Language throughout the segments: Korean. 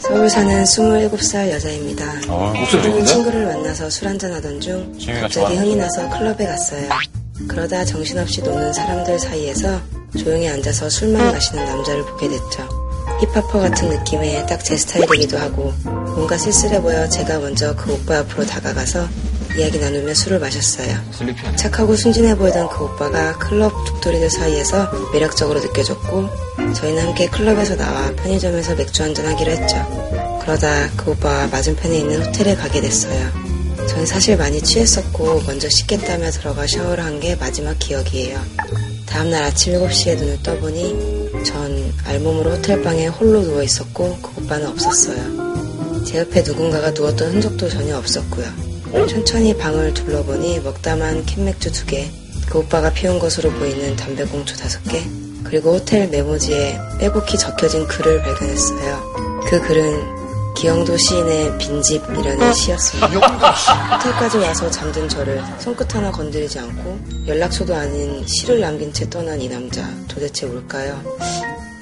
서울로 사는 27살 여자입니다. 아, 어, 목소리 좋은데? 모르는 친구를 만나서 술 한잔하던 중 재미가 갑자기 좋아. 흥이 나서 클럽에 갔어요. 그러다 정신없이 노는 사람들 사이에서 조용히 앉아서 술만 마시는 남자를 보게 됐죠. 힙합퍼 같은 느낌에 딱 제 스타일이기도 하고 뭔가 쓸쓸해 보여 제가 먼저 그 오빠 앞으로 다가가서 이야기 나누며 술을 마셨어요. 슬리피하네. 착하고 순진해 보이던 그 오빠가 클럽 족돌이들 사이에서 매력적으로 느껴졌고 저희는 함께 클럽에서 나와 편의점에서 맥주 한잔 하기로 했죠. 그러다 그 오빠와 맞은편에 있는 호텔에 가게 됐어요. 전 사실 많이 취했었고 먼저 씻겠다며 들어가 샤워를 한 게 마지막 기억이에요. 다음날 아침 7시에 눈을 떠보니 전 알몸으로 호텔방에 홀로 누워 있었고 그 오빠는 없었어요. 제 옆에 누군가가 누웠던 흔적도 전혀 없었고요. 천천히 방을 둘러보니 먹다만 캔맥주 두 개, 그 오빠가 피운 것으로 보이는 담배꽁초 다섯 개, 그리고 호텔 메모지에 빼곡히 적혀진 글을 발견했어요. 그 글은 기영도 시인의 빈집이라는 시였습니다. 호텔까지 와서 잠든 저를 손끝 하나 건드리지 않고 연락처도 아닌 시를 남긴 채 떠난 이 남자 도대체 뭘까요?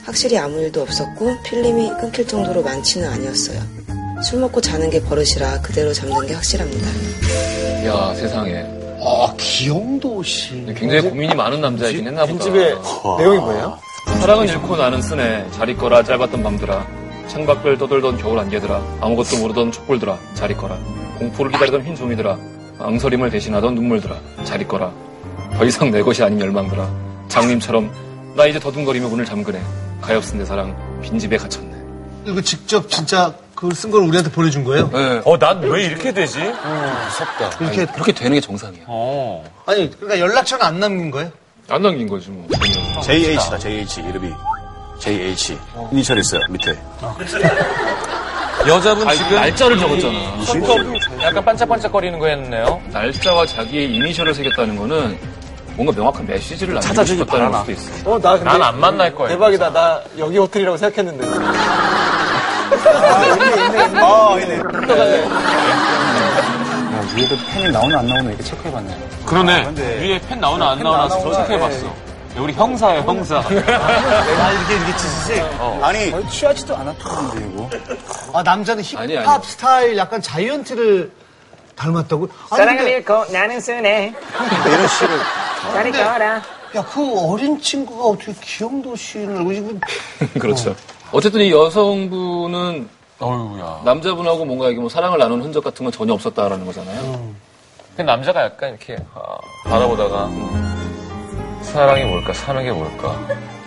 확실히 아무 일도 없었고 필름이 끊길 정도로 많지는 아니었어요. 술 먹고 자는 게 버릇이라 그대로 잠든 게 확실합니다. 야 네. 세상에. 아, 어, 기영도 씨. 네, 굉장히 고민이 많은 남자이긴 했나 보다. 집의 내용이 뭐예요? 사랑은 잃고 나는 쓰네. 잘 있거라 짧았던 밤들아. 창밖을 떠돌던 겨울 안개들아. 아무것도 모르던 촛불들아. 잘 있거라. 공포를 기다리던 흰 종이들아. 앙설임을 대신하던 눈물들아. 잘 있거라. 더 이상 내 것이 아닌 열망들아. 장님처럼 나 이제 더듬거리며 문을 잠그네. 가엾은 내 사랑 빈집에 갇혔네. 이거 직접 진짜 그걸 쓴 걸 우리한테 보내준 거예요? 네. 어, 난 왜 이렇게 되지? 이렇게 그렇게 되는 게 정상이야. 어. 아니 그러니까 연락처는 안 남긴 거예요? 안 남긴 거지 뭐. JH다, JH. 이름이. JH. 이니셜 있어요, 밑에. 아, 여자분 지금 날짜를 적었잖아. 약간 반짝반짝거리는 거였네요. 날짜와 자기의 이니셜을 새겼다는 거는 뭔가 명확한 메시지를 남기고 찾아주길 싶었다는 바라나. 것도 있어. 어 나 근데 난 안 만날 거예요. 대박이다 나 여기 호텔이라고 생각했는데 위에도 펜이 나오나 안 나오나 이렇게 체크해봤네. 그러네. 위에 펜 나오나 안 나오나 선택해봤어. 우리 형사야, 형사. 아니, 그러니까 아 남자는 힙합 아니, 아니. 스타일 약간 자이언티를 닮았다고? 아니, 사랑을 근데 잃고 나는 순해. 이런 씨를. 잘 있거라. 야 그 어린 친구가 어떻게 기영도 씨를 알고 지금 어? 그렇죠. 어쨌든 이 여성분은 어휴야. 남자분하고 뭔가 이게 뭐 사랑을 나눈 흔적 같은 건 전혀 없었다라는 거잖아요. 그 남자가 약간 이렇게 아, 바라보다가 음, 사랑이 뭘까, 사는 게 뭘까.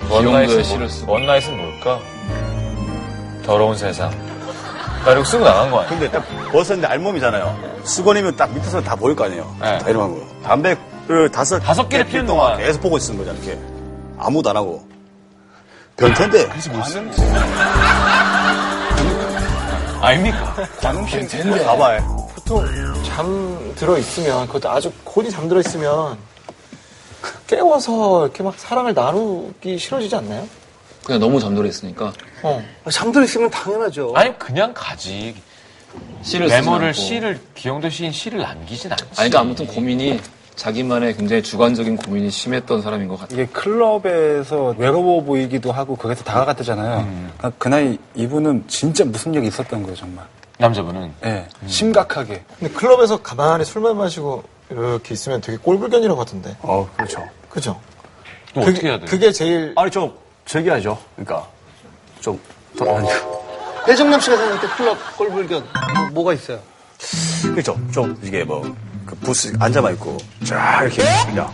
기용도의 원나잇은, 시를 뭘, 쓰고. 원나잇은 뭘까? 더러운 세상. 나 이러고 쓰고 나간 거 아니야? 근데 딱 벗었는데 알몸이잖아요. 수건이면 딱 밑에서 다 보일 거 아니에요. 네. 다 이러면 뭐. 담배를 다섯, 다섯 개를 개 피우는 동안 동안. 계속 보고 있는 거잖아, 이렇게. 아무도 안 하고. 변태인데. 아닙니까? 관음실 된데. 봐봐요. 보통 잠 들어 있으면 그것도 아주 골이 잠들어 있으면 깨워서 이렇게 막 사랑을 나누기 싫어지지 않나요? 그냥 너무 잠들어 있으니까 어. 그 잠들어 있으면 당연하죠. 아니, 그냥 가지. 시를 쓰지 메모를 않고. 시를, 기용도 시인 시를 남기진 않지. 아니 그러니까 아무튼 고민이 자기만의 굉장히 주관적인 고민이 심했던 사람인 것 같아요. 이게 클럽에서 외로워 보이기도 하고 거기서 다가갔다잖아요. 음. 그러니까 그 나이 이분은 진짜 무슨 일이 있었던 거예요, 정말. 남자분은. 예, 심각하게. 근데 클럽에서 가만히 술만 마시고 이렇게 있으면 되게 꼴불견이라고 하던데. 어, 그렇죠. 그죠? 그럼 어떻게 해야 돼? 그게 제일 아니, 좀, 저기하죠. 그러니까. 좀, 돌아다니고. 배정남 씨가 생각할 때 클럽 꼴불견 뭐, 뭐가 있어요? 그렇죠. 좀, 이게 뭐, 그 부스 앉아만 있고, 쫙 이렇게 그냥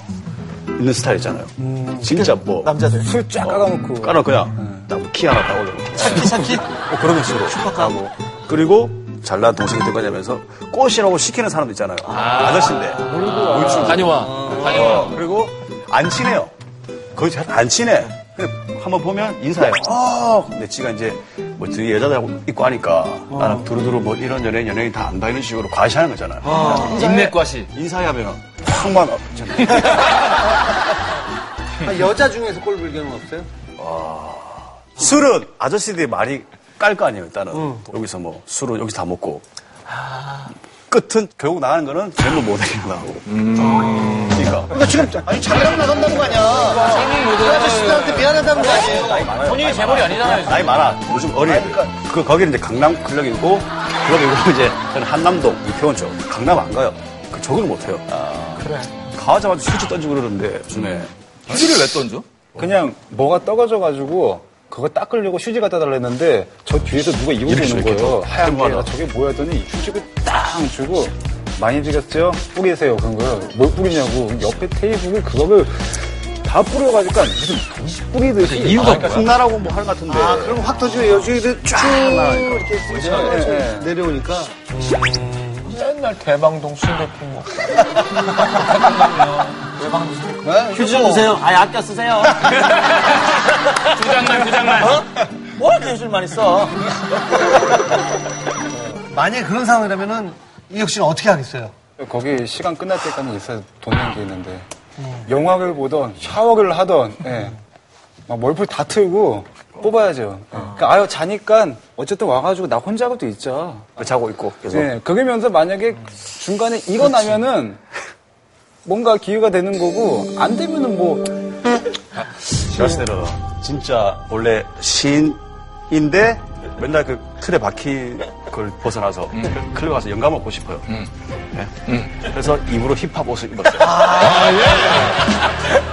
있는 스타일 있잖아요. 음. 진짜 뭐. 남자들. 어. 술쫙 깔아놓고. 까라 음, 그냥 딱키 하나 따올려 차키 차키. 뭐 그런 식으로 하고 그리고 잘난 동생이 된 거냐면서 꽃이라고 시키는 사람도 있잖아요 아~ 저씨인데 어. 다녀와, 다녀와. 그리고 안 친해요 거의 잘 안 친해 근데 한번 보면 인사해요 아 근데 지가 이제 뭐 뒤에 여자들하고 있고 하니까 나는 두루두루 뭐 이런 연예인 연예인 다 안다 이런 식으로 과시하는 거잖아요 네. 인맥과시. 인사해 하면 황만 없잖아요 아, 여자 중에서 꼴불견은 없어요? 술은 아저씨들이 말이 깔 거 아니에요, 일단은. 여기서 뭐, 술은 여기서 다 아. 먹고. 끝은, 결국 나가는 거는 젊은 모델이 나가고. 이게 그러니까. 그러니까 지금 아니 자기랑 나간다는 거 아니야. 그 아저씨들한테 미안하다는 거 아니에요. 본인이 재벌이 아니잖아요. 나이 많아. 요즘 어린애. 그러니까. 그, 거기는 이제 강남 클럽이고, 클럽이고, 이제 저는 한남동, 이태원 쪽. 강남 안 가요. 그 적응을 못 해요. 그래. 가자마자 술집 던지고 그러는데, 음. 요즘에. 휴지를 왜 던져? 그냥 뭐가 떠가져가지고 그거 닦으려고 휴지 갖다 달라 했는데 저 뒤에서 누가 이고 이렇게 있는 이렇게 거예요. 또 하얀 들고 게. 와라. 저게 뭐야 했더니 휴지를 땅 주고 많이 지겠어요? 뿌리세요. 그런 거예요. 뭘 뿌리냐고. 옆에 테이블을 그거를 다 뿌려가니까 무슨 도시 뿌리듯이. 이유가 뭐야? 풍나라고 뭐 하는 것 같은데. 아 그럼 확 터지면 여주인들 쭉 이렇게 네. 내려오니까. 맨날 대방동 순대국 먹고. 휴지 좀 주세요. 아예 아껴 쓰세요. 두 장만, 두 장만. 어? 뭐 이렇게 휴지만 있어. 만약에 그런 상황이라면은 이혁 씨는 어떻게 하겠어요? 아, 거기 시간 끝날 때까지 있어야 돈낸 게 있는데 영화를 보던 샤워를 하던 예. 막 멀풀 다 틀고 뽑아야죠. 예. 그러니까 아유 자니까 어쨌든 와가지고 나 혼자고도 있자. 자고 있고, 계속. 예. 그러면서 만약에 중간에 이거 나면은 뭔가 기회가 되는 거고 안 되면은 뭐 지라스테르 진짜 원래 시인인데 맨날 그 틀에 박힌 걸 벗어나서 음. 클럽 가서 영감 얻고 싶어요. 네? 그래서 입으로 힙합 옷을 입었어요. 아, 예.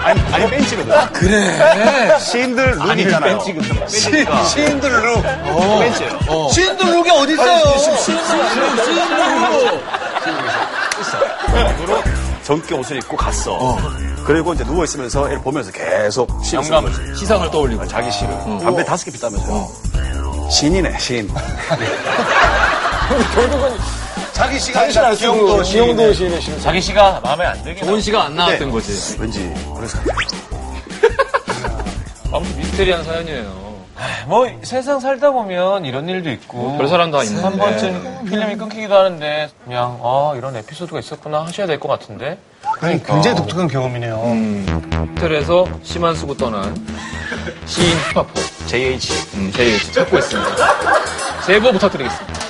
아니, 아니 벤치거든. 그래. 시인들 룩 있잖아요. 벤치거든. 시인들 룩. 벤치예요. 시인들 룩이 어디 있어요? 젊게 옷을 입고 갔어. 그리고 이제 누워 있으면서 애를 보면서 계속 시를 쓰는 거지. 시상을 떠올리고. 음. 아, 자기 시를 담배 다섯 개 피다면서요. 시인이네 시인. 자기 시간이다. 기영도 시인도 자기 씨가 마음에 안 들게. 좋은 시가 안 나왔던 네. 거지. 왠지 그래서 아무튼 미스테리한 사연이에요. 뭐 세상 살다 보면 이런 일도 있고. 뭐 별 사람 다 있는데. 한 네. 번쯤 필름이 끊기기도 하는데 그냥 아 이런 에피소드가 있었구나 하셔야 될 것 같은데. 굉장히 독특한 경험이네요. 호텔에서 심한 수고 떠난 시인 힙합퍼 JH 음, JH 찾고 있습니다 제보 부탁드리겠습니다